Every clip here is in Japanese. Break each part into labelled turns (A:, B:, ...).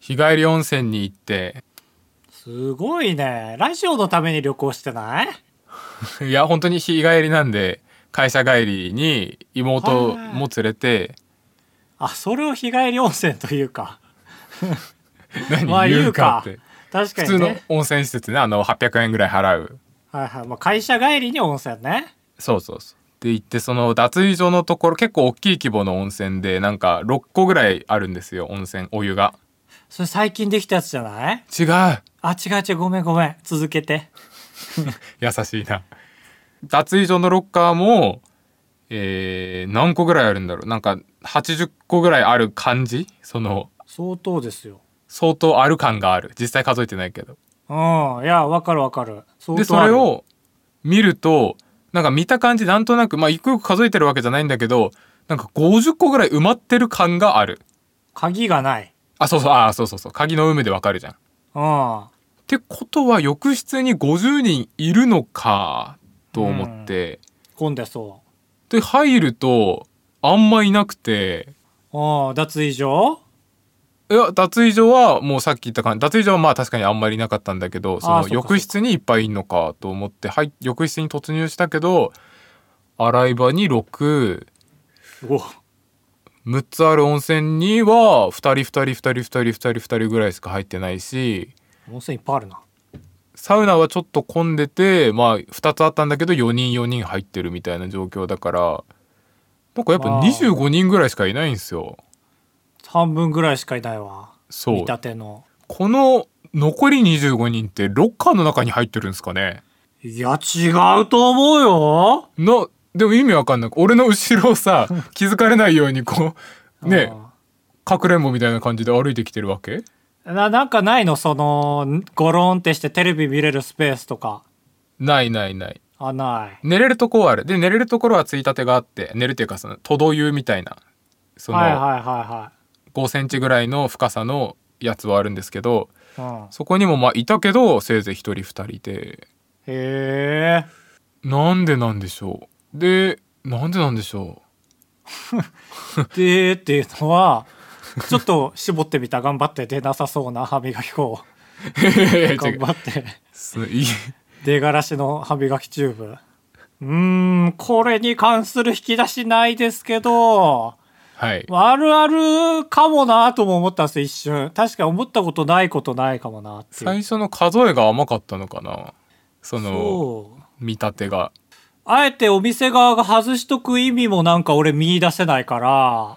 A: 日帰り温泉に行って、
B: すごいね。ラジオのために旅行してない
A: いや、本当に日帰りなんで、会社帰りに妹も連れて、
B: あ、それを日帰り温泉というか。
A: 何
B: まあ
A: 言
B: 言
A: う
B: う
A: か
B: か
A: って。
B: 確
A: 普
B: か
A: 通
B: に
A: の
B: ね。
A: 温泉施設ね、あの、800円ぐらい払う。
B: はいはい。まあ、会社帰りに温泉ね。
A: そうそうそう。で行ってその脱衣所のところ結構大きい規模の温泉でなんか6個ぐらいあるんですよ温泉お湯が
B: それ最近できたやつじゃない
A: 違う
B: あ、違う違う。ごめんごめん。続けて。
A: 優しいな脱衣所のロッカーもえー何個ぐらいあるんだろうなんか80個ぐらいある感じその
B: 相当ですよ。
A: 相当ある感がある実際数えてないけど
B: うん。いや、わかるわかる。相当
A: でそ
B: あ
A: れ
B: る。
A: を見るとなんか見た感じなんとなくまあ一個一個数えてるわけじゃないんだけどなんか50個ぐらい埋まってる感がある
B: 鍵がない。
A: あそうそうあそうそうそう鍵の有無でわかるじゃん
B: うん。
A: ってことは浴室に50人いるのかと思って、
B: 混んでそ
A: で入るとあんまいなくて
B: う。うん。脱衣所
A: いや脱衣所はもうさっき言った感じ脱衣所はまあ確かにあんまりいなかったんだけどそ
B: あーそ
A: の
B: っかそっか
A: 浴室にいっぱいいんのかと思って入っ浴室に突入したけど洗い場に66
B: お
A: つある温泉には2人2人2人2人2人2人ぐらいしか入ってないし
B: 温泉いっぱいあるな。
A: サウナはちょっと混んでてまあ2つあったんだけど4人4人入ってるみたいな状況だからなんかやっぱ
B: あー
A: 25人ぐらいしかいないんですよ
B: 半分ぐらいしかいないわ。
A: そう
B: 見立ての。
A: この残り25人ってロッカーの中に入ってるんですかね
B: いや、違うと思うよ。
A: なでも意味わかんない俺の後ろを さ気づかれないようにこうねかくれんぼみたいな感じで歩いてきてるわけ
B: うんななんかないのそのんゴロンってしてテレビ見れるスペースとか
A: ないないない
B: あない
A: 寝れるとこはあるで寝れるところはついたてがあって寝るっていうかそのとど湯みたいなその、
B: はいはいは
A: 5センチぐらいの深さのやつはあるんですけど
B: いはい、うん、
A: そこにもまあいたけどせいぜい1人2人で
B: へえ
A: なんでなんでしょうでなんでなんでしょ
B: でっていうのはちょっと絞ってみた頑張って出なさそうな歯磨き粉を
A: う 違う
B: 頑張って
A: すいい
B: 出がらしの歯磨きチューブうーんこれに関する引き出しないですけど
A: はい
B: あるあるかもなとも思ったんですよ一瞬確かに思ったことないことないかもなっていう
A: 最初の数えが甘かったのかなその
B: そう
A: 見立てが
B: あえてお店側が外しとく意味もなんか俺見出せないから、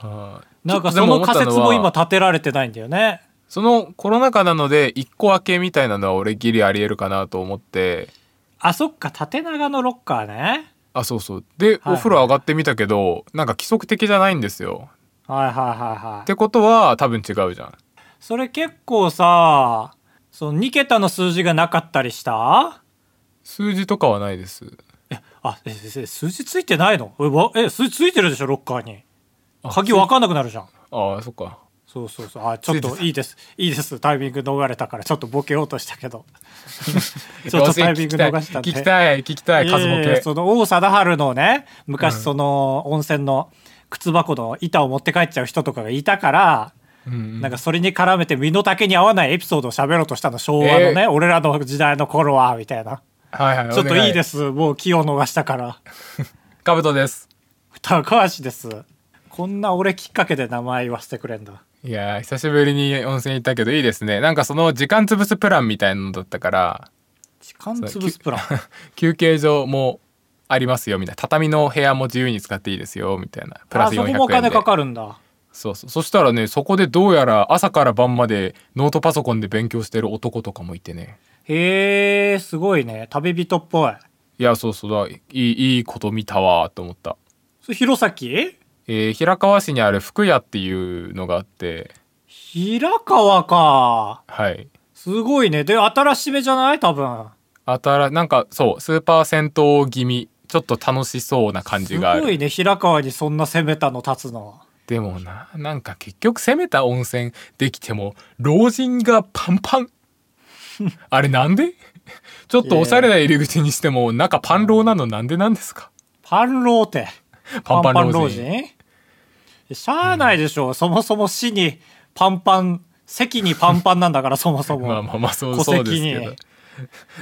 A: あー
B: なんか
A: ちょ
B: そ
A: っとで
B: の
A: 思ったは
B: 仮説も今立てられてないんだよね。
A: そのコロナ禍なので一個分けみたいなのは俺ギリありえるかなと思って
B: あ、そっか、縦長のロッカーね。
A: あそうそうで、
B: はい
A: お風呂上がってみたけどなんか規則的じゃないんですよ
B: はいはいはいは
A: っ
B: い。
A: てことは多分違うじゃん
B: それ結構さ、その2桁の数字がなかったりした
A: 数字とかはないです
B: あ、え、ええ数字ついてないのえわえ、数字ついてるでしょ、ロッカーに。鍵わかんなくなるじゃん。
A: ああそっか
B: そうそうそう。あ、ちょっ
A: ついて
B: と
A: た
B: いいです。いいです。タイミング逃れたから、ちょっとボケようとしたけど。ちょっ
A: どう
B: と
A: せ
B: タイミング逃したんで。
A: 聞きたい聞きたい聞きたい数ボ
B: いやいや
A: ケ
B: その王貞治のね
A: う
B: 昔
A: ん
B: その温泉の靴箱の板を持って帰っちゃう人とかがいたから、
A: うんうん
B: なんかそれに絡めて身の丈に合わないエピソードを喋ろうとしたの昭和のね、
A: え
B: 俺らの時代の頃はみたいな
A: はいはい
B: ちょっといいですすもう気を逃したから
A: カブトです
B: 高橋ですこんな俺きっかけで名前言わせてくれんだ
A: いやー久しぶりに温泉行ったけどいいですねなんかその時間潰すプランみたいなのだったから
B: 時間潰すプラン
A: 休憩所もありますよみたいな畳の部屋も自由に使っていいですよみたいな プラ
B: あ
A: ス
B: そ
A: 400
B: こ
A: 円
B: もお金
A: で
B: かかるんだ
A: そうそうそしたらねそこでどうやら朝から晩までノートパソコンで勉強してる男とかもいてね
B: へえすごいね旅人っぽい
A: いやそうそうだいいいいこと見たわーと思った
B: それ弘前
A: えー平川市にある福屋っていうのがあって
B: 平川か
A: はい
B: すごいね。で、新しめじゃない多分。
A: あたらなんかそうスーパー銭湯気味ちょっと楽しそうな感じ
B: す
A: があ
B: ご
A: る
B: いね。平川にそんな攻めたの立つの。
A: でもななんか結局攻めた温泉できても老人がパンパンあれなんでちょっとおしゃれな入り口にしても中パンローなのなんでなんですか
B: パンローテ。
A: パンパン老人
B: 老人しゃあないでしょ。そもそも市にパンパン席にパンパンなんだ から、そもそも。
A: まあまあまあそう
B: 戸
A: そうです
B: 籍に
A: けど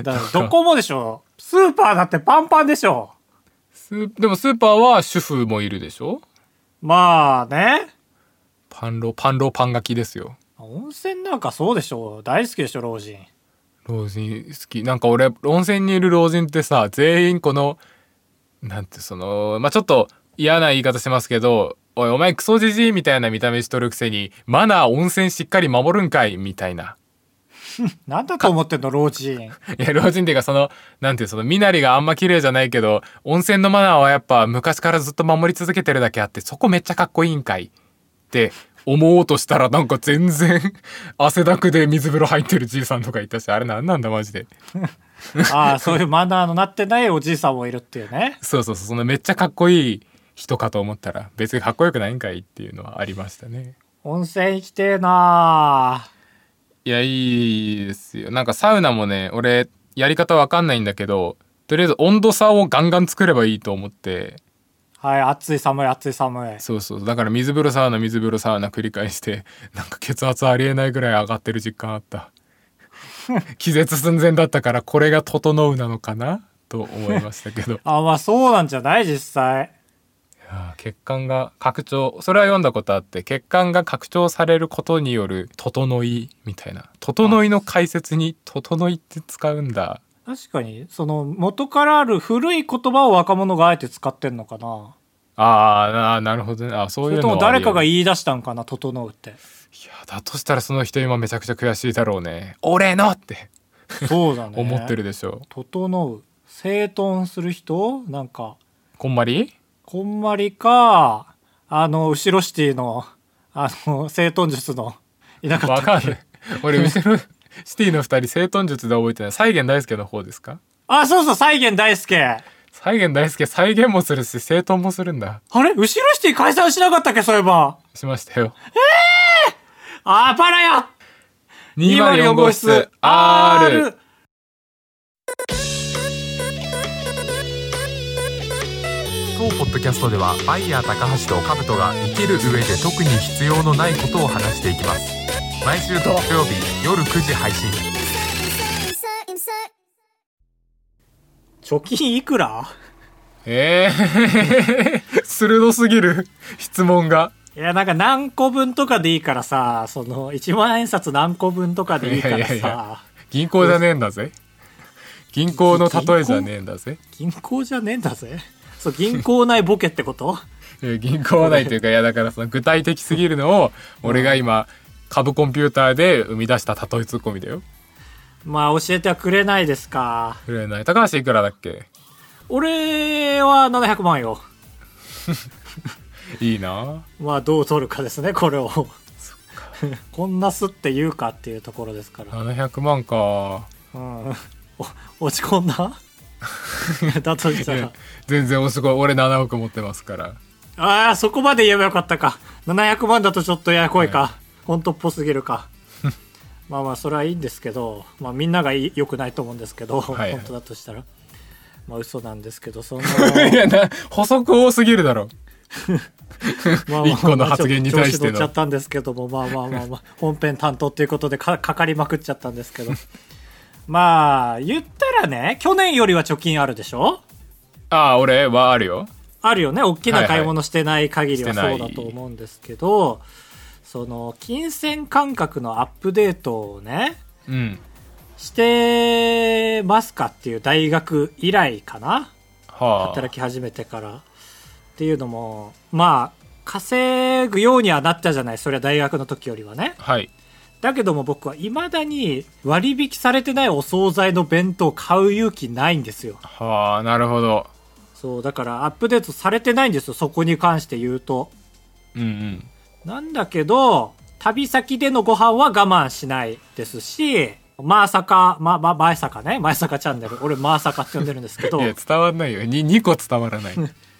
B: だからどこもでしょ。スーパーだってパンパンでしょ。
A: スーでもスーパーは主婦もいるでしょ
B: まあね。
A: パンロパンロパンガキですよ
B: 温泉なんかそうでしょ。大好きでしょ、老人。
A: 老人好きなんか俺温泉にいる老人ってさ全員このなんてそのまあちょっと嫌な言い方してますけど「おいお前クソじじい」みたいな見た目しとるくせに「マナー温泉しっかり守るんかい」みたいな。
B: なんだと思ってんの、老 人。
A: いや老人っていうかそのなんていうその身なりがあんま綺麗じゃないけど温泉のマナーはやっぱ昔からずっと守り続けてるだけあってそこめっちゃかっこいいんかいって思おうとしたらなんか全然汗だくで水風呂入ってるじいさんとかいたしあれなんなんだマジで。
B: ああ、そういうマナーのなってないおじいさんもいるっていうね。
A: そうそうそうそのめっちゃかっこいい人かと思ったら別にかっこよくないんかいっていうのはありましたね
B: 温泉行きてえなあ
A: いやいいですよなんかサウナもね俺やり方わかんないんだけどとりあえず温度差をガンガン作ればいいと思って
B: はい、暑い寒い暑い寒い。
A: そうそうだから水風呂サウナ水風呂サウナ繰り返してなんか血圧ありえないぐらい上がってる実感あった 気絶寸前だったからこれが整うなのかなと思いましたけど
B: あ、まあそうなんじゃない実際。
A: ああ血管が拡張それは読んだことあって血管が拡張されることによる整いみたいな整いの解説に「整い」って使うんだ
B: 確かに、その元からある古い言葉を若者があえて使ってんのかな
A: ああなあなるほどねあそう
B: そ
A: い
B: れ
A: う
B: と
A: の
B: も
A: はあ
B: 誰
A: り得
B: かが
A: るい
B: 言い出したんかな整うって。
A: やだとしたらその人今めちゃくちゃ悔しいだろうね「俺の!」って
B: そうだね。
A: 思ってる。でしょ
B: 整う。整頓する人なんか、
A: うこんまり
B: こんまりか、あの、後ろシティの、あの、整頓術の、いなか
A: わ
B: った
A: か
B: っ
A: ん
B: け
A: ない俺後ろシティの二人整頓術で覚えてない再現大輔の方ですか
B: あ、そうそう、再現大輔
A: 再現大輔再現もするし整頓もするんだ
B: あれ後ろシティ解散しなかったっけそういえば。
A: しましたよ
B: あばらや
A: 204号室 R 当ポッドキャストではバイヤー高橋と兜が生きる上で特に必要のないことを話していきます毎週土曜日夜9時配信
C: insert, insert.
B: 貯金いくら
A: ええー、鋭すぎる質問が
B: いや、なんか何個分とかでいいからさ、その、1万円札何個分とかでいいからさ、
A: いやいやいや銀行じゃねえんだぜ銀行の例えじゃねえんだぜ
B: 銀行じゃねえんだぜ。そう、銀行内ボケってこと
A: いや銀行はないというかいやだからその具体的すぎるのを俺が今株コンピューターで生み出した例えツッコミだよ
B: まあ、教えてはくれないですか。
A: くれない高橋いくらだっけ
B: 俺は700万よ。
A: いいな
B: まあ、どう取るかですね、これを。こんなすって言うかっていうところですから。
A: 700万か
B: うん。お落ち込んだ だとしたら。
A: 全然おすごい俺7億持ってますから
B: ああ、そこまで言えばよかったか。700万だとちょっとややこいか。ほんとっぽすぎるか。 まあまあ、それはいいんですけど、まあみんながいい良くないと思うんですけど、
A: はい
B: 本当だとしたら。まあ嘘なんですけ ど、その、
A: いやな補足多すぎるだろ
B: まあまあ
A: 一個の発言に対しての
B: ちょっと調子乗っちゃったんですけども、まあまあまあまあ、本編担当っていうことでかかかりまくっちゃったんですけど。まあ、言ったらね、去年よりは貯金あるでしょ
A: ああ俺はあるよ
B: あるよね大き
A: はい
B: な
A: はい
B: 買い物してない限りは
A: してな
B: そ
A: いう
B: だと思うんですけど、その金銭感覚のアップデートをね
A: うん
B: してますかっていう大学以来かな
A: はあ
B: 働き始めてからっていうのもまあ稼ぐようにはなったじゃないそれは大学の時よりはね
A: はい
B: だけども僕は未だに割引されてないお惣菜の弁当を買う勇気ないんですよ
A: はあなるほど
B: そうだからアップデートされてないんですよそこに関して言うと
A: うんうん
B: なんだけど、旅先でのご飯は我慢しないですし、まあさか、ま、ま、まさかね、まさかチャンネル。俺、まさかって呼んでるんですけ ど
A: い、や伝わんないよに2個伝わら ない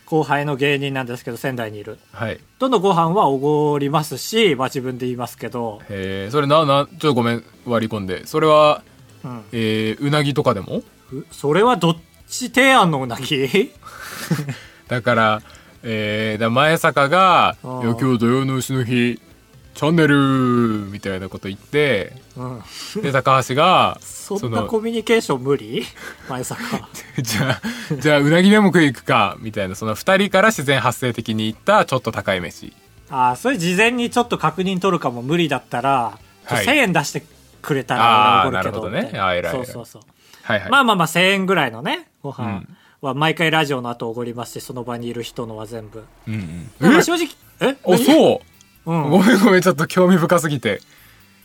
B: 後輩の芸人なんですけど、仙台にいる。
A: はいへ
B: どのご飯はおごりますし、まあ自分で言いますけど、
A: えそれななちょっとごめん割り込んでそれは
B: うん。
A: えーうなぎとかでも
B: うそれはどっち提案のうなぎ
A: だから、えー、だ前坂が「
B: あー
A: いや今日土曜の牛の日チャンネルみたいなこと言って、
B: うん、
A: で、高橋が、
B: そんなコミュニケーション無理 前坂
A: じゃあ、じゃあ、うなぎでも食いに行くか、みたいな、その二人から自然発生的に行った、ちょっと高い飯。
B: ああそれ事前にちょっと確認取るかも無理だったら、
A: はい
B: 1000円出してくれた
A: あ
B: ら
A: ー
B: 俺おごるけど
A: なるほどね
B: みたいな
A: あー偉い偉
B: そ
A: いう
B: そうそう
A: はいはい。
B: まあまあまあ1000円ぐらいのねご
A: う
B: 飯
A: ん
B: は毎回ラジオの後おごりますしその場にいる人のは全部
A: うんうん。
B: まあ
A: え
B: 正直え
A: お、そう
B: う、うん、
A: ごめんごめん、ちょっと興味深すぎて。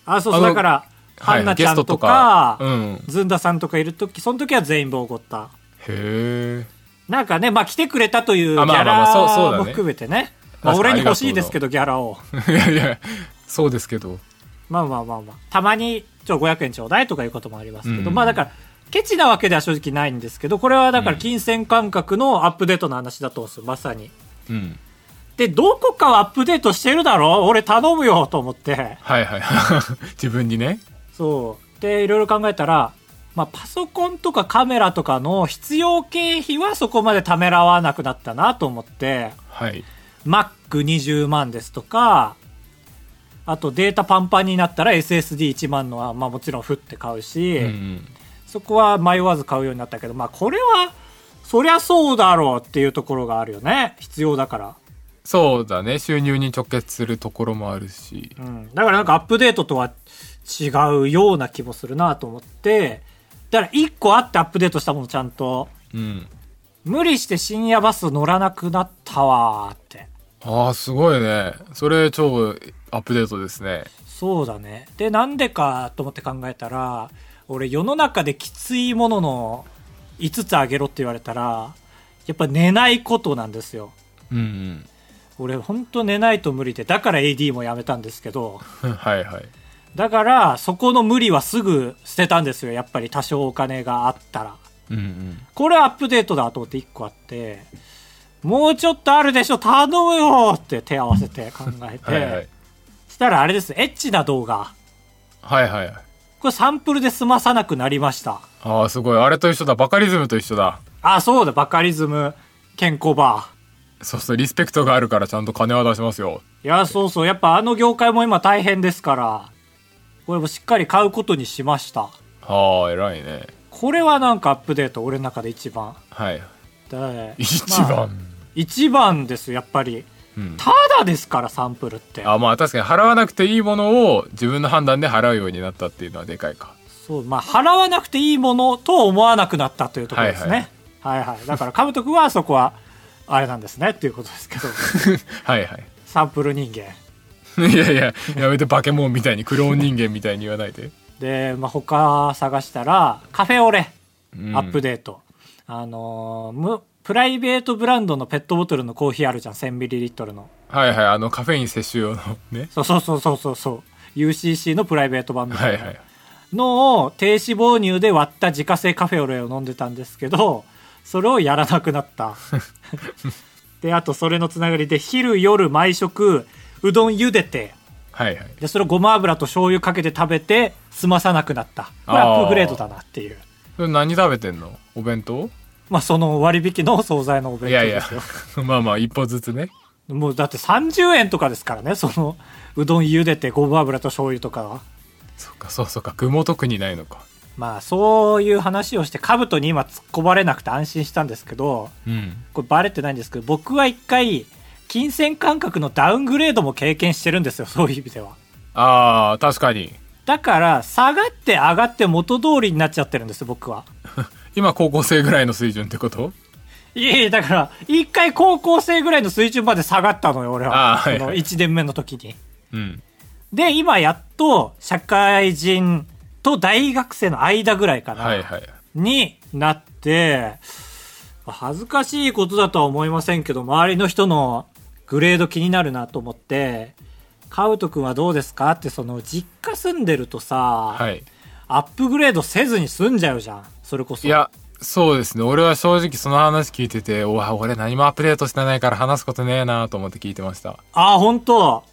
B: あ、そうそ
A: あ
B: う、
A: の
B: だから、ハンナちゃんと
A: は
B: か、
A: いゲストとかうん
B: ずんださんとかいるとき、その時は全員分おごった。
A: へえ。なん
B: なんかね、まあ来てくれたというギ
A: あまあ
B: ャ
A: まあまあそうそうだ
B: ラ
A: ね
B: も含めてね。まあ
A: 確かに
B: 俺に欲しいですけど、ギャ ラを。
A: いやいや、そうですけど。
B: まあまあまあまあ。たまに、ちょ、500円ちょうだいとかいうこともありますけど、
A: うん
B: まあだから、ケチなわけでは正直ないんですけど、これはだから金銭感覚のアップデートの話だと思うんですよ、まさに。
A: うん。
B: で、どこかはアップデートしてるだろ俺頼むよと思って。
A: はい はい。自分にね。
B: そう。で、いろいろ考えたら、まあ、パソコンとかカメラとかの必要経費はそこまでためらわなくなったなと思って、
A: はい。
B: Mac20 万ですとか、あとデータパンパンになったら SSD1 万のは、まあもちろん振って買うし、
A: うんうん。
B: そこは迷わず買うようになったけど、まあこれは、そりゃそうだろうっていうところがあるよね。必要だから。
A: そうだね。収入に直結するところもあるし
B: う。ん、だからなんかアップデートとは違うような気もするなと思って、だから一個あってアップデートしたものちゃんと、
A: うん。
B: 無理して深夜バス乗らなくなったわーって。
A: ああ、すごいね。それ超アップデートですね。
B: そうだね。で、なんでかと思って考えたら、俺世の中できついものの5つあげろって言われたら、やっぱ寝ないことなんですよ。
A: うん
B: 俺ほんと寝ないと無理で、だから AD もやめたんですけど、
A: うん。 はいはい。
B: だからそこの無理はすぐ捨てたんですよ。やっぱり多少お金があったら。
A: うんうん。
B: これはアップデートだと思って1個あって、もうちょっとあるでしょ、頼むよって手合わせて考えて、
A: はいはい。
B: したらあれです、エッチな動画。
A: はいはいはい。
B: これサンプルで済まさなくなりました。
A: ああ、すごい。あれと一緒だ。バカリズムと一緒だ。
B: あ、そうだ、バカリズム、健康バ
A: そうそう、リスペクトがあるからちゃんと金は出しますよ。
B: ー。いや、そうそう、やっぱあの業界も今大変ですから、これもしっかり買うことにしました。
A: はあ、偉いね。
B: これはなんかアップデート、俺の中で一番。
A: はい。
B: で
A: 一
B: まあ
A: 番。
B: 一番ですよ、やっぱり。
A: うん。
B: ただですから、サンプルって。
A: あまあ確かに払わなくていいものを自分の判断で払うようになったっていうのはでかい か。
B: そう、まあ、払わなくていいものと思わなくなったというところですね。はいはい。だから、カブト君はそこは、あれなんですね、っていうことです けど、
A: はいは
B: サンプル人間。
A: い。いやいや、やめてバケモンみたいにクローン人間みたいに言わないで。
B: で、まあ、他探したら、カフェオレ、
A: うん
B: アップデート。あのーむ、プライベートブランドのペットボトルのコーヒーあるじゃん、1000ml の。
A: はいはい、あのカフェイン摂取用のね。
B: そうそうそうそうそうそう。UCC のプライベート版みた
A: はいい
B: な
A: はい。
B: のを低脂肪乳で割った自家製カフェオレを飲んでたんですけどそれをやらなくなった であとそれのつながりで昼夜毎食うどん茹でて
A: はいはい。
B: でそれをごま油と醤油かけて食べて済まさなくなったこれ
A: あー
B: アップグレードだなっていう
A: それ何食べてんのお弁当
B: まあその割引の惣菜のお弁
A: い
B: 当
A: やいや
B: ですよ、
A: まあまあ一歩ずつね。
B: もうだって30円とかですからねそのうどん茹でてごま油と醤油とかは
A: そっかそうそうか、具も特にないのか。
B: まあそういう話をして兜に今突っ込まれなくて安心したんですけど
A: うん。
B: これバレてないんですけど僕は一回金銭感覚のダウングレードも経験してるんですよそういう意味では
A: ああ、確かに。
B: だから下がって上がって元通りになっちゃってるんですよ僕は
A: 今高校生ぐらいの水準ってこと
B: いえいえだから一回高校生ぐらいの水準まで下がったのよ俺は
A: あーはいはい
B: その1年目の時に
A: うん。
B: で今やっと社会人と大学生の間ぐらいかな、
A: はいはい。
B: になって、恥ずかしいことだとは思いませんけど、周りの人のグレード気になるなと思って、カウト君はどうですかって、その、実家住んでるとさ、
A: はい。
B: アップグレードせずに済んじゃうじゃん。それこそ。
A: いや、そうですね。俺は正直その話聞いてて、おわ俺何もアップデートしてないから話すことねえなと思って聞いてました。
B: あ、本当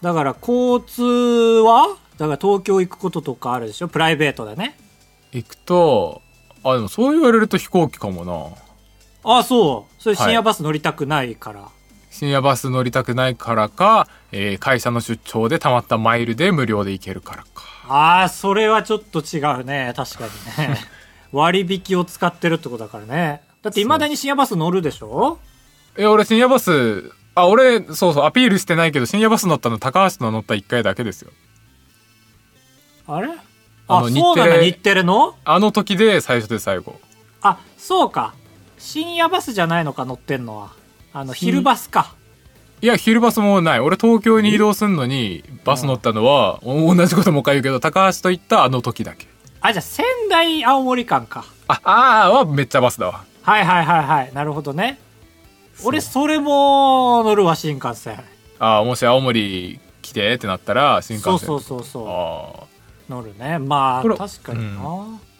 B: だから、交通はだから東京行くこととかあるでしょプライベートだね。
A: 行くと、あ、でもそう言われると飛行機かもな。
B: あ、そう。それ深
A: は
B: 夜
A: い
B: バス乗りたくないから。
A: 深夜バス乗りたくないからか、えー会社の出張でたまったマイルで無料で行けるからか
B: ああ、それはちょっと違うね。確かに ね。割引を使ってるってことだからね。だって未だに深夜バス乗るでしょ
A: え俺深夜バスあ俺そうそうアピールしてないけど深夜バス乗ったの高橋の乗った1回だけですよ
B: あれ
A: あ
B: あ
A: の
B: そうなん
A: 日テ
B: だ、
A: レ
B: 日テレの
A: あの時で最初で最後
B: あ、そうか。深夜バスじゃないのか、乗ってんのは。あの、昼バスか。
A: いや昼バスもない俺東京に移動するのにバス乗ったのはお同じこともう一回言うけど高橋と行ったあの時だけ
B: あ、じゃあ仙台青森間か。
A: ああーはめっちゃバスだわ
B: はいはいはいはい。なるほどね。俺、それも乗るわ、新幹線。
A: あーもし青森来てってなったら新幹
B: そ
A: 線
B: うそうそうそ
A: あー
B: う。乗るね。まあ、
A: これ
B: 確かにな。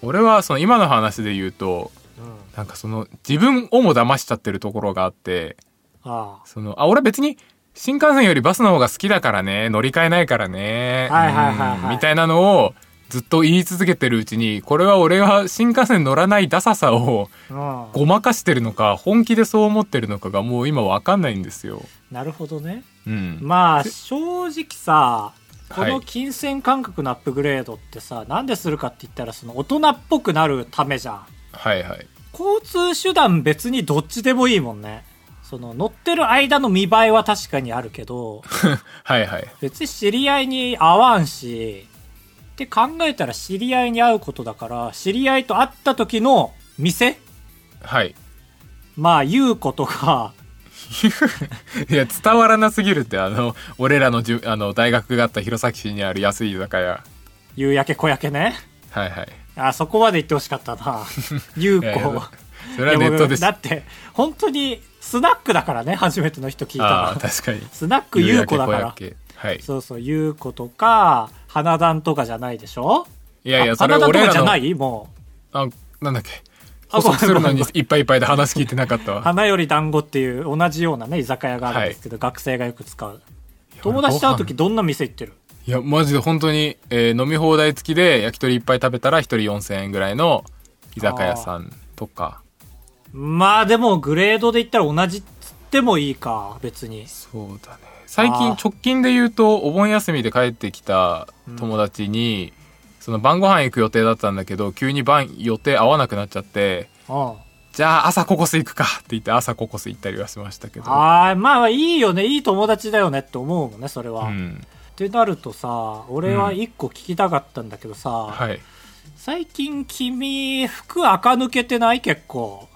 A: 俺はその今の話で言うと
B: うん
A: なんかその自分をも騙しちゃってるところがあって
B: あ
A: そのあ俺別に新幹線よりバスの方が好きだからね乗り換えないからね、
B: はいはいはいはい
A: うんみたいなのをずっと言い続けてるうちにこれは俺は新幹線乗らないダサさを
B: あ。うん。
A: ごまかしてるのか本気でそう思ってるのかがもう今わかんないんですよ。
B: なるほどね。
A: うん、
B: まあ、正直さ、こ
A: は
B: の
A: い
B: 金銭感覚のアップグレードってさ、なんでするかって言ったら、その大人っぽくなるためじゃん。
A: はいはい
B: 交通手段別にどっちでもいいもんね。その乗ってる間の見栄えは確かにあるけど、
A: はいはい
B: 別に知り合いに会わんし、って考えたら知り合いに会うことだから、知り合いと会った時の店
A: はい。
B: まあ、優子とか、
A: いや伝わらなすぎるってあの俺らのじゅあの大学があった弘前市にある安い居酒屋
B: 夕焼け小焼けね。
A: はいはい
B: あ、そこまで言ってほしかった な。優
A: いやい
B: 子
A: や。それはネットで
B: い
A: す
B: やもうだって、本当に、スナックだからね、初めての人聞いた
A: ああ
B: ら。
A: 確かに
B: スナック優子だから。
A: 夕焼け小焼けはい
B: そうそう、優子とか、花壇とかじゃないでしょ
A: いやいや
B: あ
A: それは
B: 花
A: 俺
B: 壇とからじゃな
A: の
B: いも
A: あなんだっけ
B: あ
A: 補足するのに
B: ごめんごめ
A: いっぱいいっぱいで話聞いてなかった
B: う、
A: わ
B: 花より団子っていう同じようなね、居酒屋があるんですけど、学生がよく使う。友達と会う時
A: ご飯
B: どんな店行ってる
A: いやマジで本当に、えー飲み放題付きで焼き鳥いっぱい食べたら一人4000円ぐらいの居酒屋さんとか
B: まあでも、グレードで言ったら同じっつってもいいか、別に。
A: そうだね最近
B: あー
A: 直近で言うとお盆休みで帰ってきた友達に、その晩ご飯行く予定だったんだけど急に晩予定合わなくなっちゃって
B: うん。
A: じゃあ朝ココス行くかって言って朝ココス行ったりはしましたけど
B: ああ、まあいいよね、いい友達だよねって思うもんね、それは。
A: う
B: っ
A: ん
B: てなるとさ、俺は一個聞きたかったんだけどさ、
A: はい
B: 最近君、服垢抜けてない結構。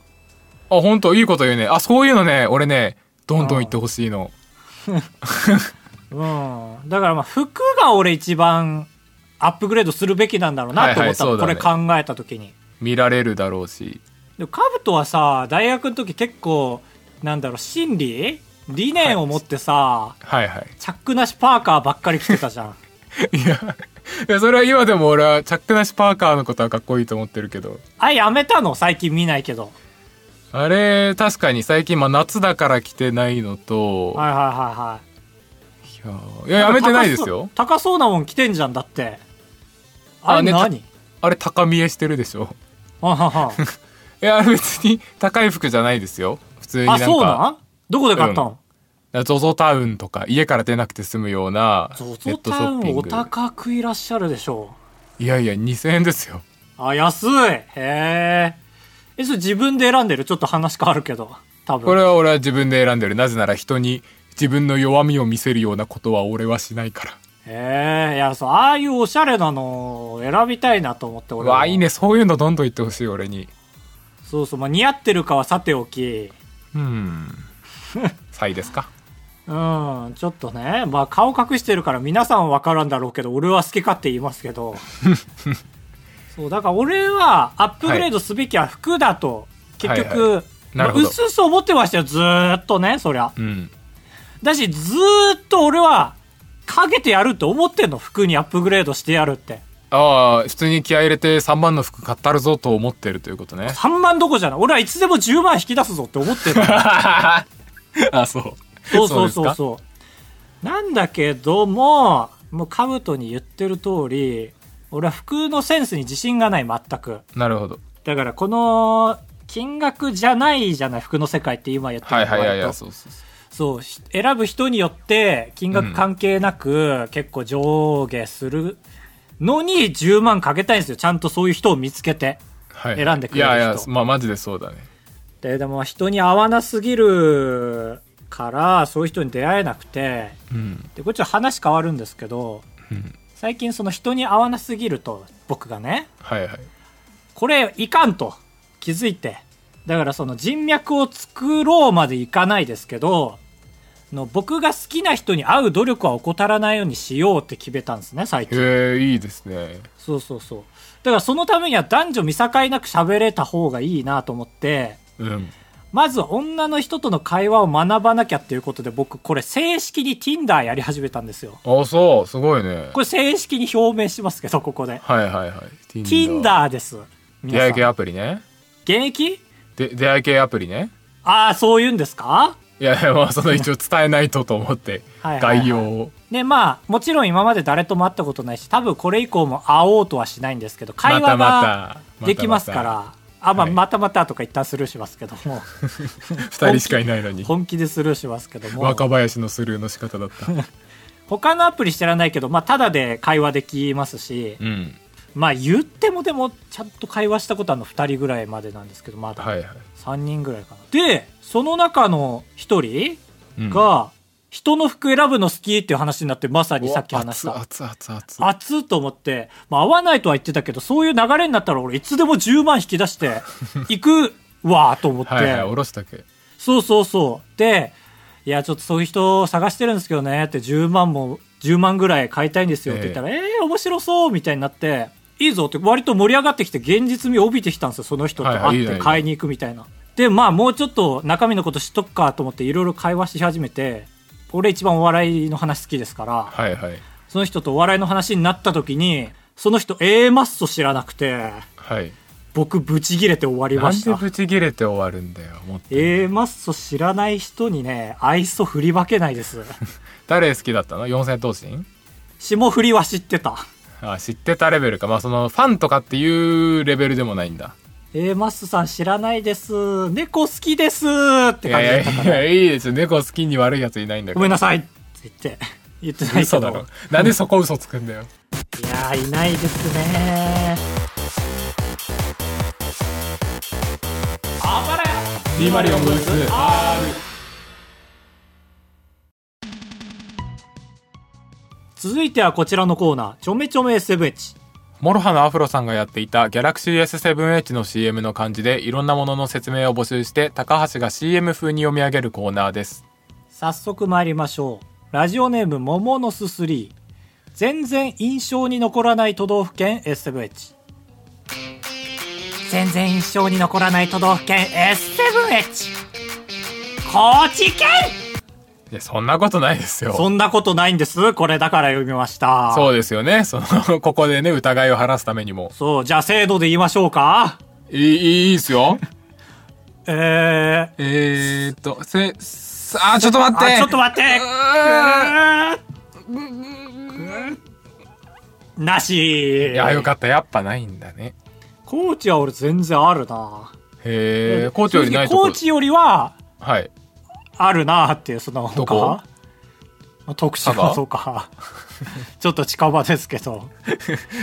A: あ本当いいこと言うねあそういうのね俺ねどんどん行ってほしいの
B: うん。だからまあ、服が俺一番アップグレードするべきなんだろうなと思ったの、
A: はいはいそうだね
B: これ考えた時に。
A: 見られるだろうし
B: でも、カブトはさ、大学の時結構、なんだろう、心理理念を持ってさ、
A: はいはい
B: チャックなしパーカーばっかり着てたじゃん。
A: いやいやそれは今でも俺はチャックなしパーカーのことはかっこいいと思ってるけど
B: あ、やめたの最近見ないけど。
A: あれ確かに最近まあ夏だから着てないのと、
B: はいはいはいは
A: いやー
B: い。
A: いややめてないですよ
B: 高そう高そうなもん着てんじゃんだってあ
A: あ
B: れ
A: ね
B: 何
A: あれ高見えしてるでしょ
B: あは はい
A: やあれ別に高い服じゃないですよ普通にな
B: あ
A: ん
B: そうな
A: か
B: んどこで買ったの、
A: ゾゾタウンとか家から出なくて済むような
B: ゾ
A: ネ
B: ゾ
A: ットシ
B: タ
A: ョ
B: ウ
A: ッピ
B: ン
A: ン
B: お
A: グ
B: 高くいらっしゃるでしょ
A: いやいや2000円ですよ
B: うあ安いへええそれ自分で選んでるちょっと話変わるけど多分
A: これは俺は自分で選んでるなぜなら人に自分の弱みを見せるようなことは俺はしないから
B: へえいやそうああいうおしゃれなの選びたいなと思って
A: う
B: 俺は
A: わいいねそういうのどんどん言ってほしい俺に
B: そうそう、まあ、似合ってるかはさておき
A: うんサイですか
B: うん、ちょっとね、まあ顔隠してるから皆さんは分からんだろうけど、俺は好き勝手言います けど。そう、だから俺はアップグレードすべきは服だと、結局、
A: はいなるほど
B: まあうすうす思ってましたよ、ずーっとね、そりゃ。
A: うん
B: だし、ずーっと俺は、かけてやると思ってんの、服にアップグレードしてや るって。
A: ああ普通に気合い入れて3万の服買ったるぞと思ってるということね
B: 3万どこじゃない俺はいつでも10万引き出すぞって思ってる。
A: あそう
B: そうそうそうそ
A: う
B: うなんだけども、もうカブトに言ってる通り、俺は服のセンスに自信がない、全く。
A: なるほど
B: だからこの、金額じゃないじゃない、服の世界って今言ってる
A: はいはいいやい
B: 割
A: や
B: と
A: そうそうそ
B: そうひ選ぶ人によって金額関係なく結構上下するのに10万かけたいんですよちゃんとそういう人を見つけて
A: はい、
B: 選んでくれる人
A: いやいやまあマジでそうだね
B: ででも人に合わなすぎるからそういう人に出会えなくて
A: うん
B: でこれちょっと話変わるんですけど
A: うん
B: 最近その人に合わなすぎると僕がね
A: はいはい
B: これいかんと気づいてだからその人脈を作ろうまでいかないですけどの僕が好きな人に会う努力は怠らないようにしようって決めたんですね最近
A: へえいいですね
B: そうそうそうだからそのためには男女見境なく喋れた方がいいなと思って
A: うん
B: まず女の人との会話を学ばなきゃっていうことで僕これ正式に Tinder やり始めたんですよ
A: あそうすごいね
B: これ正式に表明しますけどここで
A: はいはいはい
B: Tinder です
A: 出
B: 皆さ
A: 会
B: ん
A: い系アプリね
B: 現役
A: で出会い系アプリね
B: ああそういうんですか
A: いやいやまあその一応伝えないとと思って
B: はいはいはい
A: 概要を
B: でまあもちろん今まで誰とも会ったことないし多分これ以降も会おうとはしないんですけど会話が
A: またまた
B: できますからあまあ、
A: はい
B: またまたとか一旦スルーしますけども
A: 2人しかいないのに
B: 本気でスルーしますけど も
A: 若林のスルーの仕方だった
B: 他のアプリ知らないけどまあただで会話できますし、
A: うん
B: まあ言ってもでもちゃんと会話したことあるの2人ぐらいまでなんですけどまだ、
A: はいはい、
B: 3人ぐらいかなでその中の1
A: うん
B: 人が人の服選ぶの好きっていう話になってまさにさっ
A: う
B: き
A: わ
B: 話した
A: 熱熱熱熱
B: 熱っと思って、まあ、合わないとは言ってたけど、そういう流れになったら俺いつでも10万引き出して、行くわと思っ て、
A: はいはい下ろしたけ
B: そうそうそう。で、いや、ちょっとそういう人を探してるんですけどね、って10万も、10万ぐらい買いたいんですよって言ったら、ええ面白そうみたいになって、いいぞって割と盛り上がってきて現実味を帯びてきたんですよ、その人と
A: はいはいいいねい
B: 会っ
A: い
B: て
A: ね
B: 買いに行くみたいな。で、まあもうちょっと中身のこと知っとくかと思っていろいろ会話し始めて、俺一番お笑いの話好きですから、
A: はいはい
B: その人とお笑いの話になった時に、その人 A マッソ知らなくて、
A: はい
B: 僕ブチギレて終わり
A: な
B: ま
A: ん
B: し
A: で
B: た。
A: ブチ切れて終わるんだよもっと
B: A マッソ知らない人にね、愛想振り分けな いです。
A: 誰好きだったの四千頭身
B: 霜降りは知ってた。
A: あ知ってたレベルかまあそのファンとかっていうレベルでもないんだ
B: A マッソさん知らないです。猫好きですって
A: い
B: 感
A: や
B: じ
A: いや
B: だったか
A: い
B: ら。
A: やいいですよ猫好きに悪いやついないんだから
B: ごめんなさいって言って、言ってないけ
A: 嘘
B: ど。
A: だろなんでそこ嘘つくんだよ
B: いやー、いないですねあばれ
A: D マリオンブース
B: 続いてはこちらのコーナー、ちょめちょめ SFH。
A: モロハのアフロさんがやっていたギャラクシー S7H の CM の漢字でいろんなものの説明を募集して高橋が CM 風に読み上げるコーナーです。
B: 早速参りましょうラジオネーム桃のすすり全然印象に残らない都道府県 S7H 全然印象に残らない都道府県 S7H 高知県
A: いや、そんなことないですよ。
B: そ
A: そ
B: んなことないんですこれだから読みました
A: うですよね。その、ここでね、疑いを晴らすためにも。
B: そうじゃあ制度で言いましょうか
A: いい、いいっす よ。
B: えー
A: えーっと、せ、さあ、ちょっと待って
B: あちょっと待ってなし
A: いや、よかった。やっぱないんだね。
B: 高知は俺全然あるな
A: へえ、コーチよりないとこ
B: 高知よりは
A: はい。
B: あるなっていうその
A: どこ
B: 他まあ徳島とか ちょっと近場です けど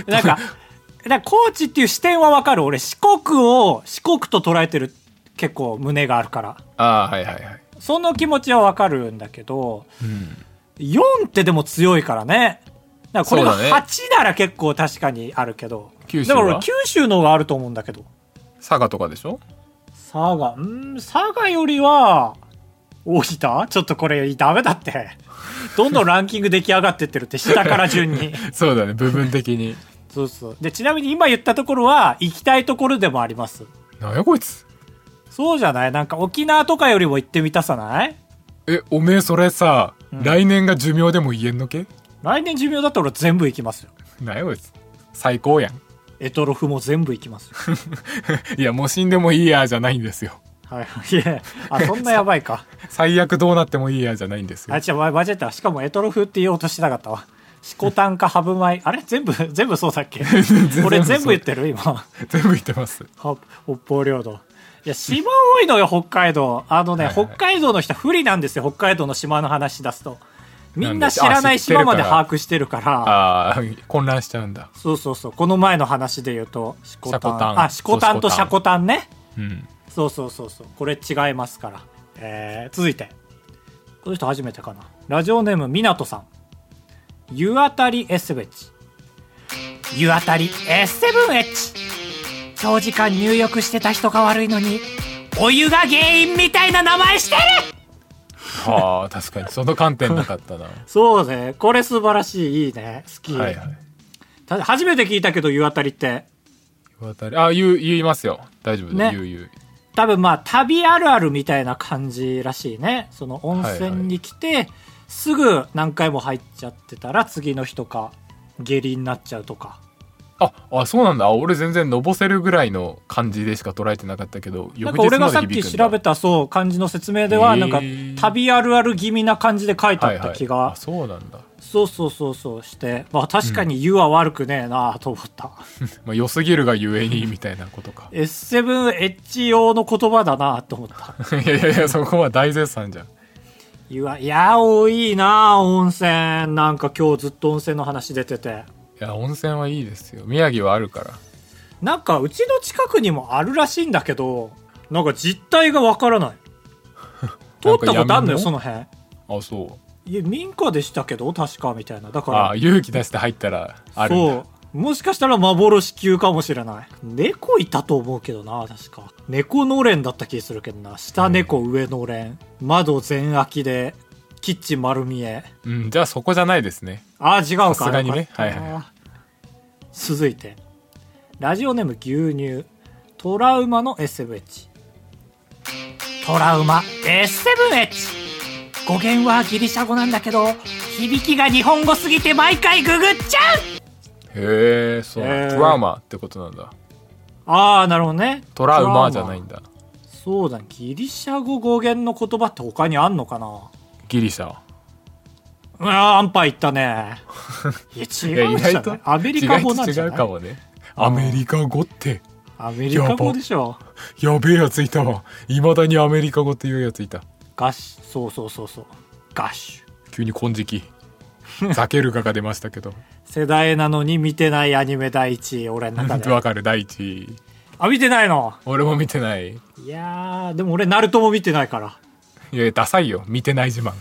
B: なんかなんか高知っていう視点はわかる俺四国を四国と捉えてる結構胸があるから
A: ああ、はいはいはい。
B: その気持ちはわかるんだけど
A: うん。
B: 4ってでも強いからねだからこれが
A: そうだね
B: 8なら結構確かにあるけど、
A: 九州
B: だ
A: は
B: から俺九州の方があると思うんだけど
A: 佐賀とかでしょ
B: 佐賀、うん佐賀よりは、大分ちょっとこれダメだって。 どんどんランキング出来上がってってるって、下から順に。
A: そうだね、部分的に。
B: そうそう。で、ちなみに今言ったところは、行きたいところでもあります。
A: なんやこいつ。
B: そうじゃないなんか沖縄とかよりも行ってみたさない
A: え、おめえそれさ、来年が寿命でも言えんのけ
B: 来年寿命だったら俺全部行きますよ。
A: なんやこいつ。最高やん。
B: エトロフも全部行きます よ。
A: いや、もう死んでもいいやじゃないんですよ。
B: はい。いえ、あ、そんなやばいか。
A: 最悪どうなってもいいやじゃないんです
B: あ、
A: よ。
B: 違う、間違えた。しかもエトロフって言おうとしてなかったわ。シコタンかハブ米。あれ全部、 全部そうだっけ
A: 然
B: 俺全部言ってる今。
A: 全部言ってます。
B: は北方領土 いや、島多いのよ、北海道。あのね、
A: はいはい
B: 北海道の人は不利なんですよ、北海道の島の話し出すと。みんな知
A: なん
B: ら
A: で
B: な
A: あ
B: い
A: 知ってる
B: 島まで
A: から
B: 把握してるから、
A: ああ、混乱しちゃうんだ。
B: そうそうそう、この前の話で言うと、シコタ
A: シャコタ
B: ン。
A: ン
B: あ、シコタンと
A: そう
B: シャコタンね。
A: うん。
B: そうそうそうそう、これ違いますから。えー、続いて。この人初めてかな。ラジオネーム、みなとさん。湯あたり S7H。湯あたり S7H。長時間入浴してた人が悪いのに、お湯が原因みたいな名前してる
A: はあ、確かに。その観点なかった な。は
B: そうね。これ素晴らしい。いいね。好き。
A: いはい。
B: ただ初めて聞いたけど、湯あたりって。
A: 渡りあ、言う、言いますよ。大丈夫です。
B: ね
A: 言う言う。
B: 多分まあ、旅あるあるみたいな感じらしいね。その温泉に来て、すぐ何回も入っちゃってたら、次の日とか、下痢になっちゃうとか。
A: あ、あ、そうなんだ。あ俺全然のぼせるぐらいの感じでしか捉えてなかったけど、
B: なん
A: 翌
B: か
A: 日
B: 俺
A: ま
B: が
A: で
B: さっ
A: 響
B: き
A: くん
B: 調べ
A: だ。
B: た、そう、漢字の説明では、
A: へー
B: なんか、旅あるある気味な感じで書いてあ
A: はい
B: った
A: はい
B: 気が、
A: あそうなんだ。
B: そうそうそうそうして、まあ確かに湯は悪くねえなあと思った。
A: まあ、良すぎるがゆえにみたいなこと か。
B: S7H 用の言葉だなあと思った。
A: いやいやいや、そこは大絶賛じゃん。
B: 湯は、いや、多いなあ温泉。なんか今日ずっと温泉の話出てて。
A: いや、温泉はいいですよ。宮城はあるから。
B: なんかうちの近くにもあるらしいんだけどなんか実態がわか らない通ったことあんのよその辺
A: あ、そう。
B: いや民家でしたけど確かみたいなだ
A: あ
B: か
A: 勇気出して入ったらあ
B: ら
A: るんだ
B: そうもしかしたら幻級かもしれない猫いたと思うけどな確か猫のれんだった気するけどな下猫上のれん窓全開きでキッチン丸見え
A: うん、じゃあそこじゃないですね
B: あー違うか
A: さすがにね
B: よかったな
A: はい
B: 続いてラジオネーム牛乳トラウマの S7H トラウマ S7H 語源はギリシャ語なんだけど響きが日本語すぎて毎回ググっちゃう
A: へえそう
B: へー
A: トラウマってことなんだ
B: ああなるほどね
A: トラウマじゃないんだ
B: そうだギリシャ語語源の言葉って他にあんのかな
A: ギリシャ
B: うわーアンパイ言った ねいや違
A: いや
B: う
A: 意
B: じ
A: 外
B: ゃな
A: と
B: いアメリカ語なん
A: 意
B: じゃ
A: 外と違う
B: ない
A: かもねアメリカ語って
B: アメリカ語でしょ
A: やべえやついたわいまだにアメリカ語っていうやついた
B: ガッシュそうそうそうそうガッシュ
A: 急に金 色避けるかが出ましたけど
B: 世代なのに見てないアニメ第一位俺の中 で
A: わかる第一位
B: あ見てないの
A: 俺も見てない
B: いやーでも俺ナルトも見てないから
A: いやダサいよ見てない自慢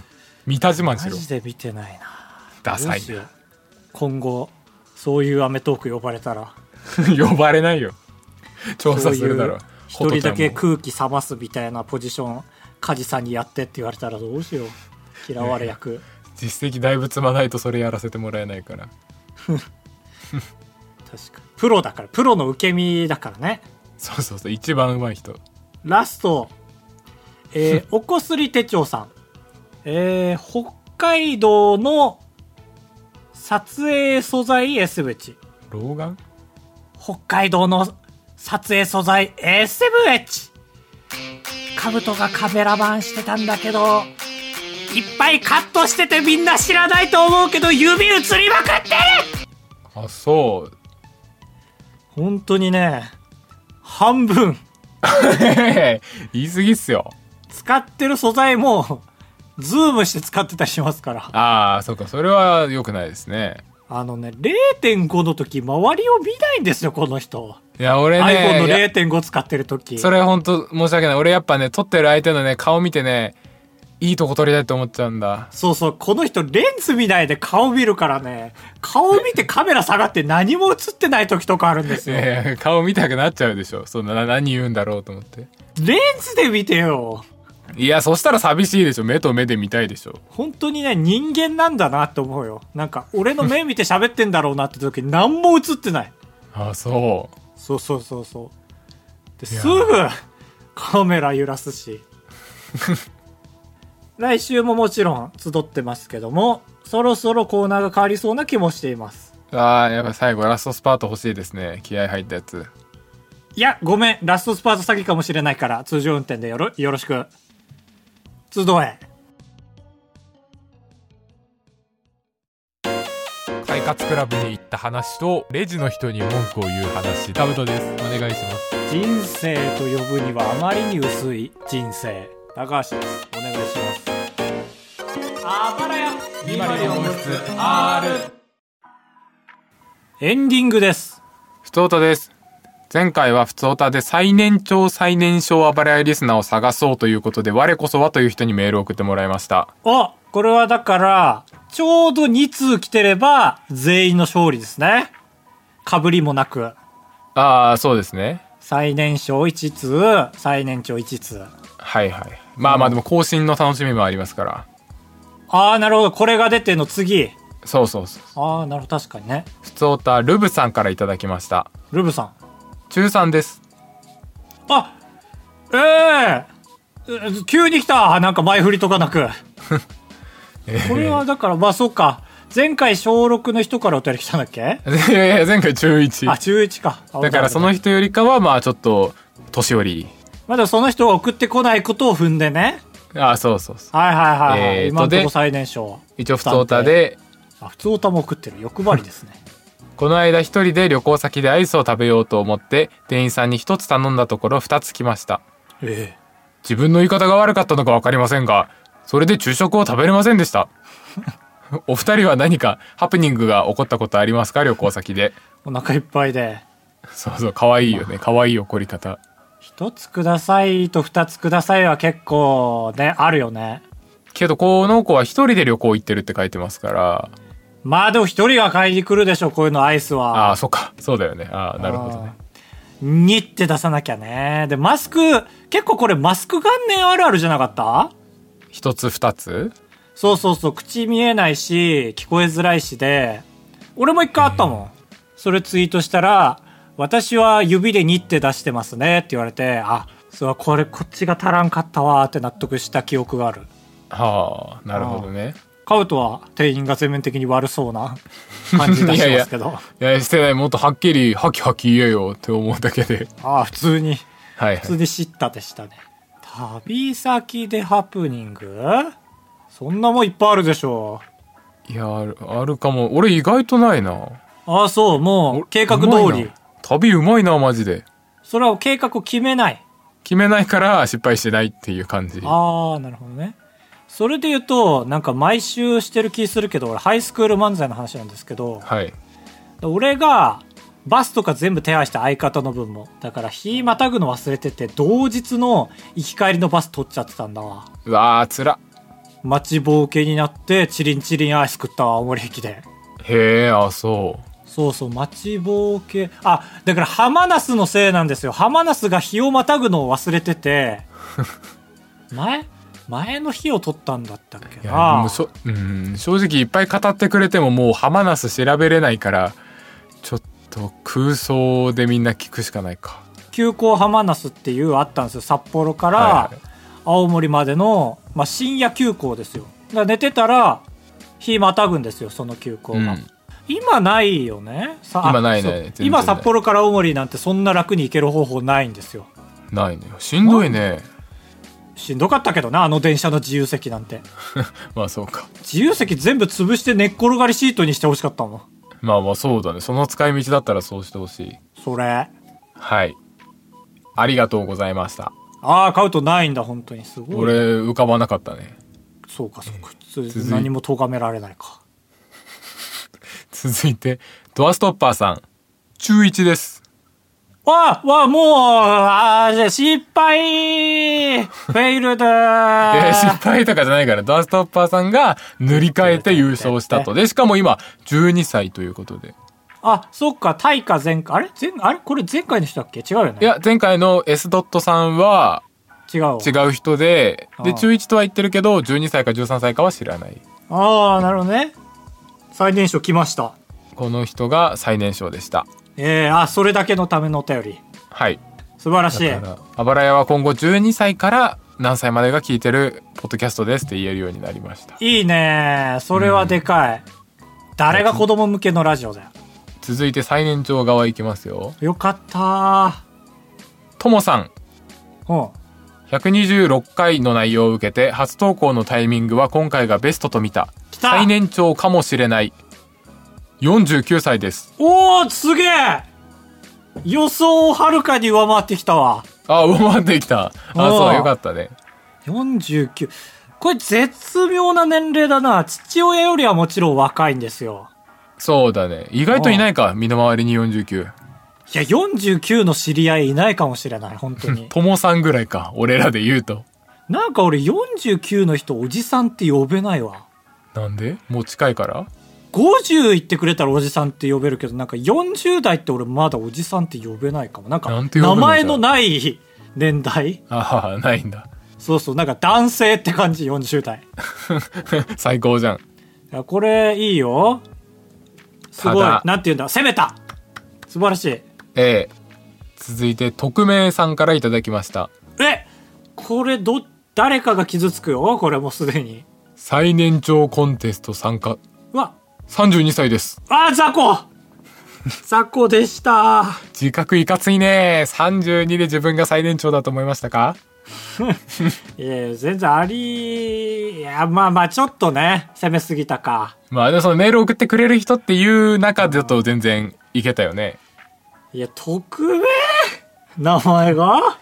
A: 見た自慢し
B: マ
A: ろ
B: ジで見てないな
A: ダサい
B: どうしよう今後そういうアメトーク呼ばれたら
A: な 呼ばれないよ調
B: そ
A: 査
B: う
A: す
B: い
A: るだろ
B: う
A: う
B: 一人だ
A: ホトちゃ
B: け
A: んも
B: 空気冷ますみたいなポジション梶さんにやってって言われたらどうしよう嫌われ役
A: 実績だいぶ積まないとそれやらせてもらえないから
B: 確かにプロだからプロの受け身だからね
A: そうそうそう一番上手い人
B: ラスト、えーおこすり手帳さん。えー北海道の撮影素材 S7H。
A: 老眼
B: 北海道の撮影素材 S7H。カブトがカメラマンしてたんだけど、いっぱいカットしててみんな知らないと思うけど指映りまくってる
A: あそう
B: 本当にね、半分。
A: 言い過ぎっすよ
B: 使ってる素材も、ズームして使ってたりしますから。
A: ああそうかそれは良くないですね
B: あのね、0.5の時、周りを見ないんですよ、この人。
A: いや俺
B: iPhone の
A: ねいや
B: 0.5使ってる時。
A: それ本当申し訳ない俺やっぱね撮ってる相手のね顔見てねいいとこ撮りたいと思っちゃうんだ
B: そうそう、この人レンズ見ないで顔見るからね、顔見てカメラ下がって何も映ってない時とかあるんです
A: い
B: よ。レン
A: やいや顔見たくなっちゃうでしょそんなな何言うんだろうと思って
B: ズで見てよ。
A: いやそしたら寂しいでしょ目と目で見たいでしょ
B: 本当にね、人間なんだなって思うよ。なんか、俺の目見て喋ってんだろうなって時、何も映ってない。
A: あそう
B: そうそうそうそう。で、
A: いや
B: すぐカメラ揺らすし。 来週ももちろん集ってますけども、そろそろコーナーが変わりそうな気もしています。
A: あーやっぱ最後ラストスパート欲しいですね気合入ったやつ
B: いや、ごめん、ラストスパート詐欺かもしれないから、通常運転でよろよろしく。集え。
A: 快活クラブに行った話とレジの人に文句を言う話タブトですお願いします
B: 人生と呼ぶにはあまりに薄い人生高橋ですお願いしますあばらやエンディングです
A: ふつおたです前回はふつおたで最年長最年少あばれあいリスナーを探そうということで我こそはという人にメールを送ってもらいました
B: おこれはだからちょうど2通来てれば全員の勝利ですねかぶりもなく
A: ああそうですね
B: 最年少1通最年長1通
A: はいはいまあまあでも更新の楽しみもありますから
B: ああなるほどこれが出ての次
A: そうそうそう
B: ああなるほど確かにね
A: ふつおたルブさんからいただきました
B: ルブさん
A: 中3です
B: あえええ急に来たなんか前振りとか なくこれはだからまあそうか前回小6の人からお便り来たんだっけ
A: いやいや前回中1
B: あ中1かあ
A: だからその人よりかはまあちょっと年寄り
B: まだその人が送ってこないことを踏んでね
A: ああそうそうそう
B: はいはいはい、はい
A: えーと
B: 今のと
A: で
B: こ最年少
A: 一応ふつおたで
B: あ普通オタも送ってる欲張りです ね
A: この間一人で旅行先でアイスを食べようと思って店員さんに一つ頼んだところ二つ来ました
B: え
A: 自分の言い方が悪かったのか分かりませんがそれで昼食を食べれませんでした お二人は何かハプニングが起こったことありますか旅行先で
B: えお腹いっぱいで
A: そうそう可愛いよね可愛い怒り方
B: 一つくださいと二つくださいは結構ねあるよね
A: けどこの子は一人で旅行行ってるって書いてますから
B: まあでも一人が買いに来るでしょこういうのアイスは
A: ああそっかそうだよねああなるほどね
B: にって出さなきゃね。で、マスク、結構これマスク元年あるあるじゃなかった
A: 一つ二つ
B: そうそうそう、口見えないし、聞こえづらいしで、俺も一回あったもん。それツイートしたら、私は指でにって出してますねって言われて、あ、そう、これこっちが足らんかったわーって納得した記憶がある。
A: はあなるほどね
B: カウトは店員が全面的に悪そ うな感じ出してますけど。
A: いやしてないもっとはっきりハキハキ言えよって思うだけで
B: ああ、普通に、
A: はい、
B: 普通に知ったでしたね。旅先でハプニングそんなもんいっぱいあるでしょ
A: いやあるあるかも俺意外とないな
B: ああ、そう、もう計画通り。
A: 旅うまいなマジで
B: それは計画を決めない。
A: 決めないから失敗してないっていう感じ
B: ああ、なるほどね。それで言うと、なんか毎週してる気するけど、俺、ハイスクール漫才の話なんですけど、
A: はい
B: 俺が、バスとか全部手配した相方の分も。だから、日またぐの忘れてて、同日の行き帰りのバス取っちゃってたんだわ。
A: うわーつら
B: 待ちぼうけになって、チリンチリンアイス食ったわ、青森駅で。
A: へえあそう
B: そうそう、待ちぼうけ。あ、だからハマナスのせいなんですよ。ハマナスが日をまたぐのを忘れ てて、前前の日を取ったんだったっけ
A: いや
B: な
A: もうしょうん正直いっぱい語ってくれてももう浜ナス調べれないからちょっと空想でみんな聞くしかないか
B: 急行ハマナスっていうあったんですよ。札幌から
A: はいはい
B: 青森までの、まあ、深夜急行ですよ。だから寝てたら、日またぐんですよ、その急行が。
A: うん
B: 今ないよねさあ
A: 今ないね
B: そう
A: 全然
B: 今
A: ない
B: 札幌から青森なんてそんな楽に行ける方法ないんですよ。
A: ないのよしんどいね
B: しんどかったけどな、あの電車の自由席なんて。
A: まあそうか
B: 自由席全部潰して寝っ転がりシートにしてほしかったもん
A: まあまあそうだねその使い道だったらそうしてほしい
B: それあ
A: はいありがとうございました
B: あ買うとないんだ本当にすごい
A: 俺浮かばなかったね
B: そうかそうか普
A: 続
B: 通
A: い
B: 何も咎められないか
A: 続いてドアストッパーさん中1です
B: わあわあもうああじゃあ失敗フェイ ル
A: いや失
B: だ
A: 敗とかじゃないからドアストッパーさんが塗り替えて優勝したとでしかも今12歳ということで
B: あそっか大化前回あれ前あれこれ前回の人だっけ違うよね
A: いや前回の S ドットさんは
B: 違うわ
A: 違う人で
B: あ
A: で
B: あ
A: 中1とは言ってるけど12歳か13歳かは知らない
B: ああなるほどね最年少来ました
A: この人が最年少でした
B: ええあそれだけのためのお便り
A: はい
B: 素晴らしい
A: だからあばら屋は今後12歳から何歳までが聞いてるポッドキャストですって言えるようになりました
B: いいねそれはでかい、誰が子供向けのラジオだよ
A: 続いて最年長側いきますよ
B: よかった
A: ともさん
B: ー
A: 126回の内容を受けて初投稿のタイミングは今回がベストと見た
B: 来た
A: 最年長かもしれない49歳です
B: おおすげえ予想をはるかに上回ってきたわ
A: あ上回ってきたあ
B: お
A: そう
B: ー
A: よかったね
B: 49これ絶妙な年齢だな父親よりはもちろん若いんですよ
A: そうだね意外といないか身の回りに49
B: いや49の知り合いいないかもしれない本 当に
A: 友さんぐらいか俺らで言うと
B: なんか俺49の人おじさんって呼べないわ
A: なんでもう近いから
B: 50言ってくれたらおじさんって呼べるけどなんか40代って俺まだおじさんって呼べないかもなんか
A: なんて呼ぶ
B: 名
A: の
B: 前のない年代
A: ああないんだ
B: そうそうなんか男性って感じ40代
A: 最高じゃん
B: いやこれいいよすごい
A: ただ
B: なんて言うんだ攻めた素晴らしい
A: ええ続いて匿名さんからいただきました
B: えこれど誰かが傷つくよこれもうすでに
A: 最年長コンテスト参加
B: うわ
A: 32歳です
B: あー雑 魚雑魚でした
A: 自覚いかついね32で自分が最年長だと思いましたか
B: いや全然ありいやまあまあちょっとね攻めすぎたか
A: まあでもそのメール送ってくれる人っていう中だと全然いけたよね
B: いや特命名前が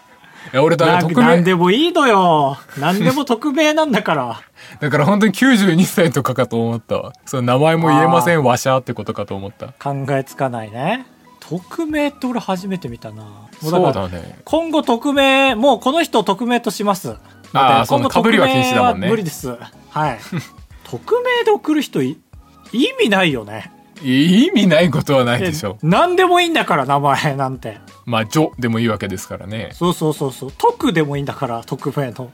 A: いや俺だから
B: な
A: 匿
B: なん
A: 名
B: でもいいのよ何でも特命なんだから
A: だから本当に92歳とかかと思ったわその名前も言えませんわしゃってことかと思った
B: 考えつかないね特命って俺初めて見たなもう
A: そう
B: から
A: だね
B: 今後匿名もうこの人を匿名とします
A: あー
B: ので
A: その被りは禁止だもんね
B: 匿名は無理ですはい 匿名で送る人い意味ないよね
A: 意味ないことはないでしょ
B: え何でもいいんだから名前なんて
A: まあ「女」でもいいわけですからね
B: そうそうそうそう特でもいいんだから匿名の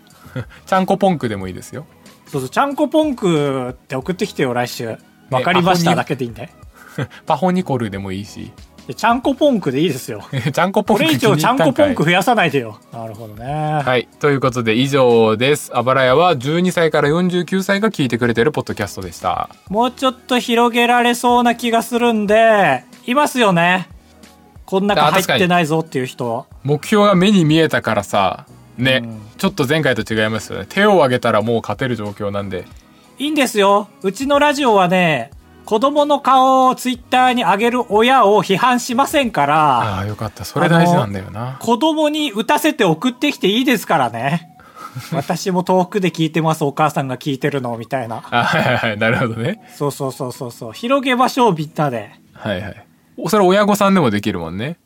A: ちゃんこポンクでもいいですよ
B: そうそうちゃんこポンクって送ってきてよ来週わかりま
A: ア
B: し
A: ホ
B: た
A: に
B: だけでいいんで
A: パホニコルでもいいし
B: でちゃんこポンクでいいですよ
A: ちゃんこポン
B: こ
A: ク
B: れ以上ちゃんこポンク
A: 気に入ったんかい
B: 増やさないでよなるほど ね
A: はい。ということで以上です。あばらやは12歳から49歳が聞いてくれてるポッドキャストでした。
B: もうちょっと広げられそうな気がするんで、いますよね。こん中
A: あ
B: 入
A: 確かに
B: ってないぞっていう人。
A: 目標が目に見えたからさ、ね、
B: うん
A: ちょっと前回と違いますよね。手を挙げたらもう勝てる状況なんで。
B: いいんですよ。うちのラジオはね、子供の顔をツイッターに上げる親を批判しませんから、
A: ああ、よかった。それ大事なんだよな。
B: 子供に打たせて送ってきていいですからね。私も遠くで聞いてます、お母さんが聞いてるの、みたいな。
A: あはいはい はい。なるほどね。
B: そうそうそうそうそう。広げましょう、みんなで。
A: はいはい。おそれ親御さんでもできるもんね。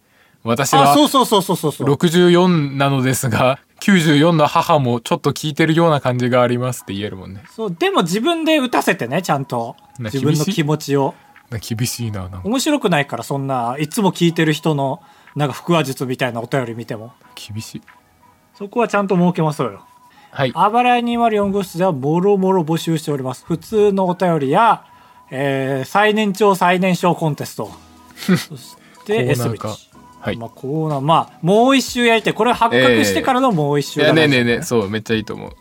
A: 私
B: あ、
A: は
B: そうそうそうそうそうそう。
A: 64なのですが、94の母もちょっと聞いてるような感じがありますって言えるもんね。
B: そう、でも自分で打たせてね、ちゃんと。
A: な
B: 自分の
A: 厳しい
B: 気持ちを。
A: な厳しいな、なんか。
B: 面白くないからそんないつも聞いてる人のなんか腹話術みたいなお便り見ても
A: 厳しい。
B: そこはちゃんと設けましょうよ
A: はい。
B: あばらや204号室ではもろもろ募集しております普通のお便りや、えー最年長最年少コンテス トそして
A: コーナ
B: S
A: ー
B: ビ
A: か
B: ッ
A: はい。
B: まあ、コーナーまあもう一周やりたいこれ発覚してからのもう一
A: い
B: 周
A: や
B: だ
A: ね
B: ね
A: えねえねえそうめっちゃいいと思う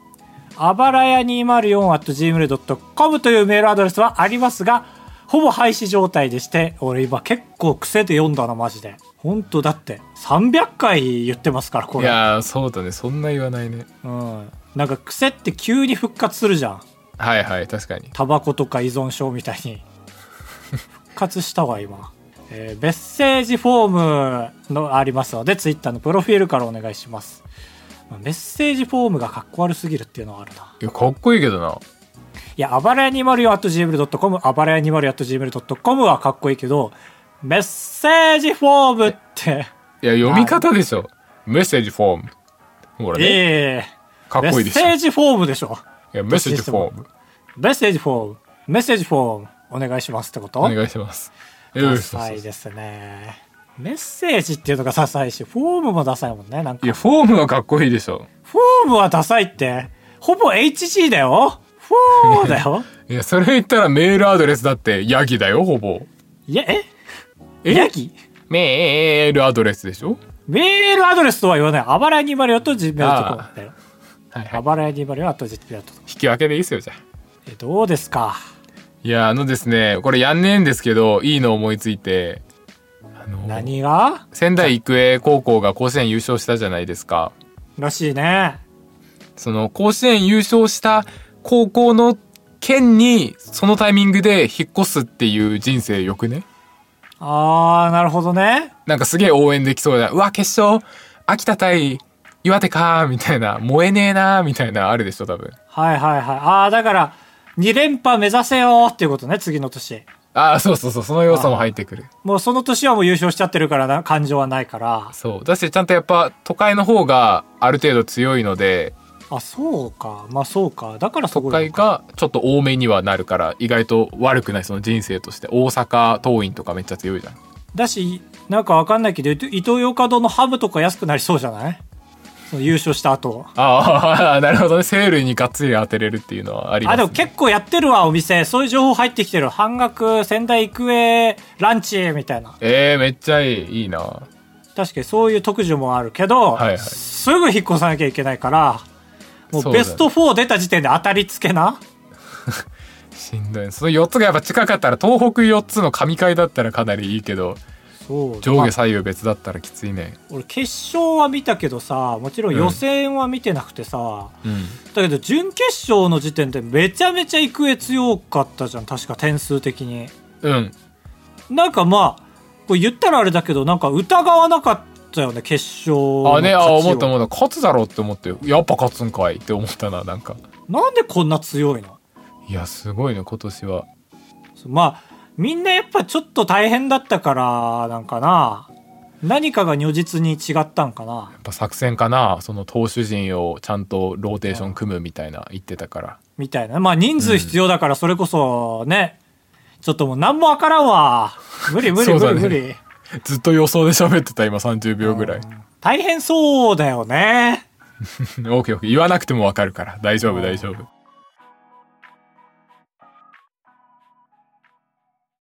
B: あばらや 204.gmail.com というメールアドレスはありますが、ほぼ廃止状態でして、俺今結構癖で読んだな、マジで。ほんとだって、300回言ってますから、こ
A: い
B: れ。
A: やーそうだねそんな言わないね
B: うん。なんか癖って急に復活するじゃん。
A: はいはい確かに
B: タバコとか依存症みたいに。復活したわ、今。えーメッセージフォームのありますので、ツイッターのプロフィールからお願いします。まあメッセージフォームがかっこ悪すぎるっていうのはあるな。
A: いやかっこいいけどない
B: や、あばらや 204.gmail.com、あばらや 204.gmail.com はかっこいいけど、メッセージフォームって、
A: いや読み方でしょメッセージフォームほらね
B: ええ
A: かっこいいでしょ
B: メッセ
A: い
B: ージフォームでしょ。
A: やメッセージフォーム
B: メッセージフォーム、メッセージフォーム、お願いしますってこと
A: お願いしますよ
B: ダ
A: しそう
B: サ
A: そう
B: い
A: そう
B: ですね。メッセージっていうのがダサいし、フォームもダサいもんね。なんか
A: いや、フォームはかっこいいでしょ
B: フォームはダサいって、ほぼ HG だよ。フォー だよ。
A: いやそれ言ったらメールアドレスだってヤギだよほぼ
B: いや、え
A: え
B: ヤギ
A: メールアドレスでしょ
B: メールアドレスとは言わない。あばらや 204.gmail.com だよ。
A: はいは
B: あ
A: い
B: ばらや 204.gmail.com。
A: 引き分けでいいですよじゃあ
B: えどうですか
A: いやあのですねこれやんねえんですけどいいの思いついてあの
B: 何が
A: 仙台育英高校が甲子園優勝したじゃないですか。
B: らしいね。
A: その甲子園優勝した高校の県にそのタイミングで引っ越すっていう人生よくね
B: あー、なるほどね。
A: なんかすげえ応援できそうだうわ決勝秋田対岩手かみたいな燃えねえなみたいなあるでしょ多分
B: はいはいはい。あー、だから、2連覇目指せよーっていうことね、次の年。
A: ああそうそうそうその要素も入ってくる
B: もうその年はもう優勝しちゃってるからな、感情はないから。
A: そうだしちゃんとやっぱ都会の方がある程度強いので
B: あ、そうか。まあそうか。だからそ
A: 都
B: こ
A: 会がちょっと多めにはなるから意外と悪くないその人生として大阪桐蔭とかめっちゃ強いじゃん
B: だし、なんかわかんないけど、伊東伊東洋華堂のハブとか安くなりそうじゃないその優勝した後。
A: ああなるほどねセー ルにがっつり当てれるっていうのはありま
B: あ、
A: す、ね、
B: でも結構やってるわ、お店。そういう情報入ってきてる。半額、仙台育英、ランチ、みたいな。
A: えー、めっちゃいいいいな
B: 確かにそういう特需もあるけど、
A: はいはい
B: すぐ引っ越さなきゃいけないから、も
A: そううだ
B: ベ
A: ね
B: スト4出た時点で当たりつけな。
A: しんどいその4つがやっぱ近かったら東北4つの神回だったらかなりいいけど
B: そうだ
A: 上
B: まあ
A: 下左右別だったらきついね
B: 俺決勝は見たけどさ、もちろん予選は見てなくてさ、
A: うん
B: だけど準決勝の時点でめちゃめちゃ育英強かったじゃん、確か点数的に。
A: うん
B: なんかまあ、これ言ったらあれだけど、なんか疑わなかったよね、決勝の
A: あねあ
B: 勝ちを
A: 思った思った勝つだろうって思ってやっぱ勝つんかいって思ったななんか
B: なんでこんな強いの
A: いやすごいね今年は
B: まあ、みんなやっぱちょっと大変だったから、なんかな。何かが如実に違ったんかな
A: や。っぱ作戦かなその投手陣をちゃんとローテーション組むみたいな言ってたから
B: みたいな。まあ人数必要だから、それこそね、ちょっともう何もわからんわ。無理無理
A: そう
B: 無
A: だ
B: 理
A: ね
B: 無理。
A: ずっと予想で喋ってた今30秒ぐらい
B: 大変そうだよね。
A: オーケーオーケー言わなくてもわかるから大丈夫大丈夫